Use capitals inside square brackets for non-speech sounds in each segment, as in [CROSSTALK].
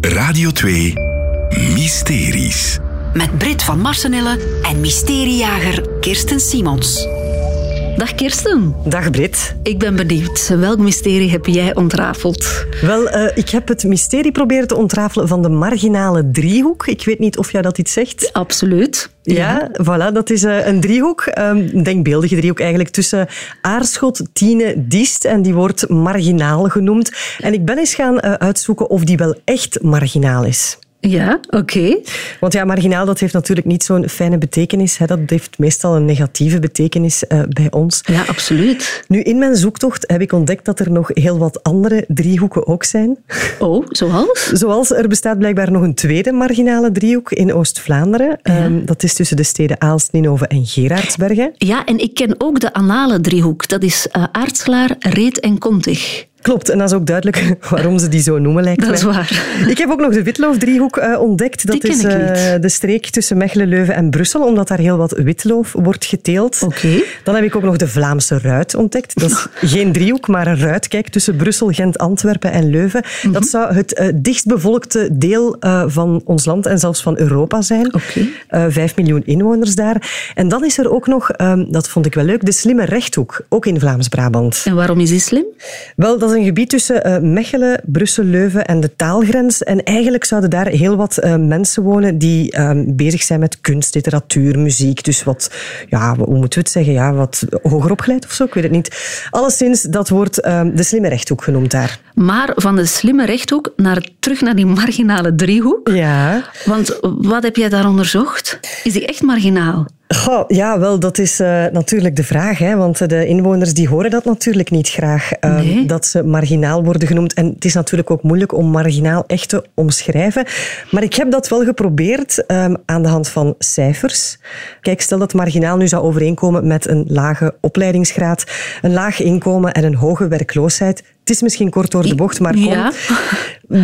Radio 2 Mysteries. Met Brit van Marsenille en mysteriejager Kirsten Simons. Dag Kirsten, Dag Brit. ik ben benieuwd. Welk mysterie heb jij ontrafeld? Wel, eh, ik heb het mysterie proberen te ontrafelen van de marginale driehoek. Ik weet niet of jij dat iets zegt. Absoluut. Ja, voilà, dat is eh, een driehoek, ehm, een denkbeeldige driehoek eigenlijk, tussen Aarschot, Tiene, Diest. En die wordt marginaal genoemd. En ik ben eens gaan eh, uitzoeken of die wel echt marginaal is. Ja, oké. Want ja, marginaal, dat heeft natuurlijk niet zo'n fijne betekenis. Hè. Dat heeft meestal een negatieve betekenis eh, bij ons. Ja, absoluut. Nu, in mijn zoektocht heb ik ontdekt dat er nog heel wat andere driehoeken ook zijn. Oh, zoals? Zoals er bestaat blijkbaar nog een tweede marginale driehoek in Oost-Vlaanderen. Ehm, dat is tussen de steden Aalst, Ninove en Gerardsbergen. Ja, en ik ken ook de anale driehoek. Dat is eh aartslaar, reet en kontig. Klopt, en dat is ook duidelijk [LAUGHS] waarom ze die zo noemen, lijkt Dat mij. is waar. [LAUGHS] Ik heb ook nog de Witloofdriehoek eh, ontdekt. Dat ken is ik eh, niet. de streek tussen Mechelen, Leuven en Brussel, omdat daar heel wat witloof wordt geteeld. Oké. Dan heb ik ook nog de Vlaamse ruit ontdekt. [LAUGHS] Dat is geen driehoek, maar een ruit. Kijk, tussen Brussel, Gent, Antwerpen en Leuven. Mhm. Dat zou het eh, dichtstbevolkte deel eh, van ons land en zelfs van Europa zijn. Oké. Eh, Vijf miljoen inwoners daar. En dan is er ook nog, ehm, dat vond ik wel leuk, de slimme rechthoek. Ook in Vlaams-Brabant. En waarom is die slim? Wel, dat is een gebied tussen eh, Mechelen, Brussel, Leuven en de taalgrens. En eigenlijk zouden daar heel wat eh, mensen wonen die eh, bezig zijn met kunst, literatuur, muziek. Dus wat, ja, hoe moeten we het zeggen? Ja, wat hoger opgeleid of zo? Ik weet het niet. Alleszins, dat wordt eh, de slimme rechthoek genoemd daar. Maar van de slimme rechthoek naar, terug naar die marginale driehoek. Ja. Want wat heb jij daar onderzocht? Is die echt marginaal? Goh, ja, wel, dat is eh, natuurlijk de vraag. Hè, want eh, de inwoners die horen dat natuurlijk niet graag, eh, Nee. dat ze marginaal worden genoemd. En het is natuurlijk ook moeilijk om marginaal echt te omschrijven. Maar ik heb dat wel geprobeerd eh, aan de hand van cijfers. Kijk, stel dat marginaal nu zou overeenkomen met een lage opleidingsgraad, een laag inkomen en een hoge werkloosheid. Het is misschien kort door de bocht, maar kom, Ja.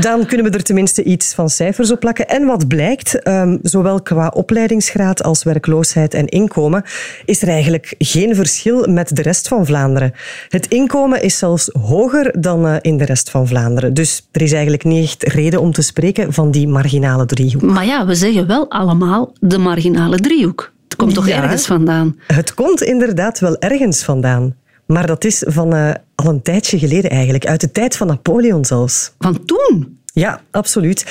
dan kunnen we er tenminste iets van cijfers op plakken. En wat blijkt, ehm, zowel qua opleidingsgraad als werkloosheid en inkomen, is er eigenlijk geen verschil met de rest van Vlaanderen. Het inkomen is zelfs hoger dan eh, in de rest van Vlaanderen. Dus er is eigenlijk niet echt reden om te spreken van die marginale driehoek. Maar ja, we zeggen wel allemaal de marginale driehoek. Het komt toch Ja. ergens vandaan? Het komt inderdaad wel ergens vandaan. Maar dat is van eh, al een tijdje geleden eigenlijk, uit de tijd van Napoleon zelfs. Van toen? Ja, absoluut.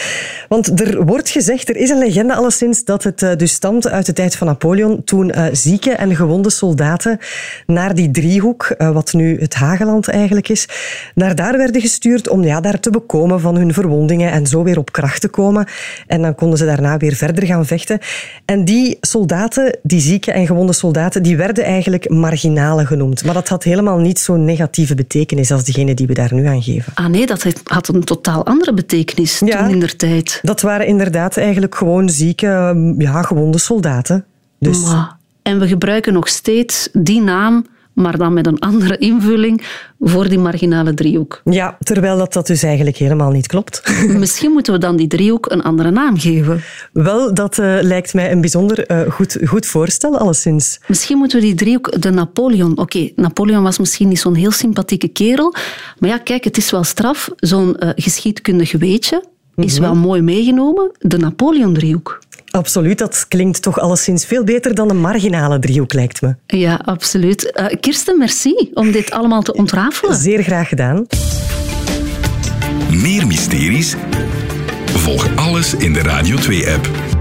Want er wordt gezegd, er is een legende alleszins, dat het eh, dus stamt uit de tijd van Napoleon, toen eh, zieke en gewonde soldaten naar die driehoek, eh, wat nu het Hageland eigenlijk is, naar daar werden gestuurd om ja, daar te bekomen van hun verwondingen en zo weer op kracht te komen. En dan konden ze daarna weer verder gaan vechten. En die soldaten, die zieke en gewonde soldaten, die werden eigenlijk marginalen genoemd. Maar dat had helemaal niet zo'n negatieve betekenis als degene die we daar nu aan geven. Ah nee, dat heeft- had een totaal andere betekenis Ja. toen in der tijd. Dat waren inderdaad eigenlijk gewoon zieke, ehm, ja, gewonde soldaten. Dus Maar- En we gebruiken nog steeds die naam, maar dan met een andere invulling, voor die marginale [LAUGHS] driehoek. ja, terwijl dat, dat dus eigenlijk helemaal niet klopt. [LAUGHS] Misschien moeten we dan die driehoek een andere naam geven. Wel, dat eh, lijkt mij een bijzonder eh, goed, goed voorstel, alleszins. Misschien moeten we die driehoek, de Napoleon... Oké, Napoleon was misschien niet zo'n heel sympathieke kerel. Maar ja, kijk, het is wel straf. Zo'n eh, geschiedkundig weetje is Mhm. wel mooi meegenomen. De Napoleon-driehoek. Absoluut, dat klinkt toch alleszins veel beter dan de marginale driehoek, lijkt me. Ja, absoluut. Eh, Kirsten, merci om dit allemaal te ontrafelen. Zeer graag gedaan. Meer mysteries? Volg alles in de Radio 2-app.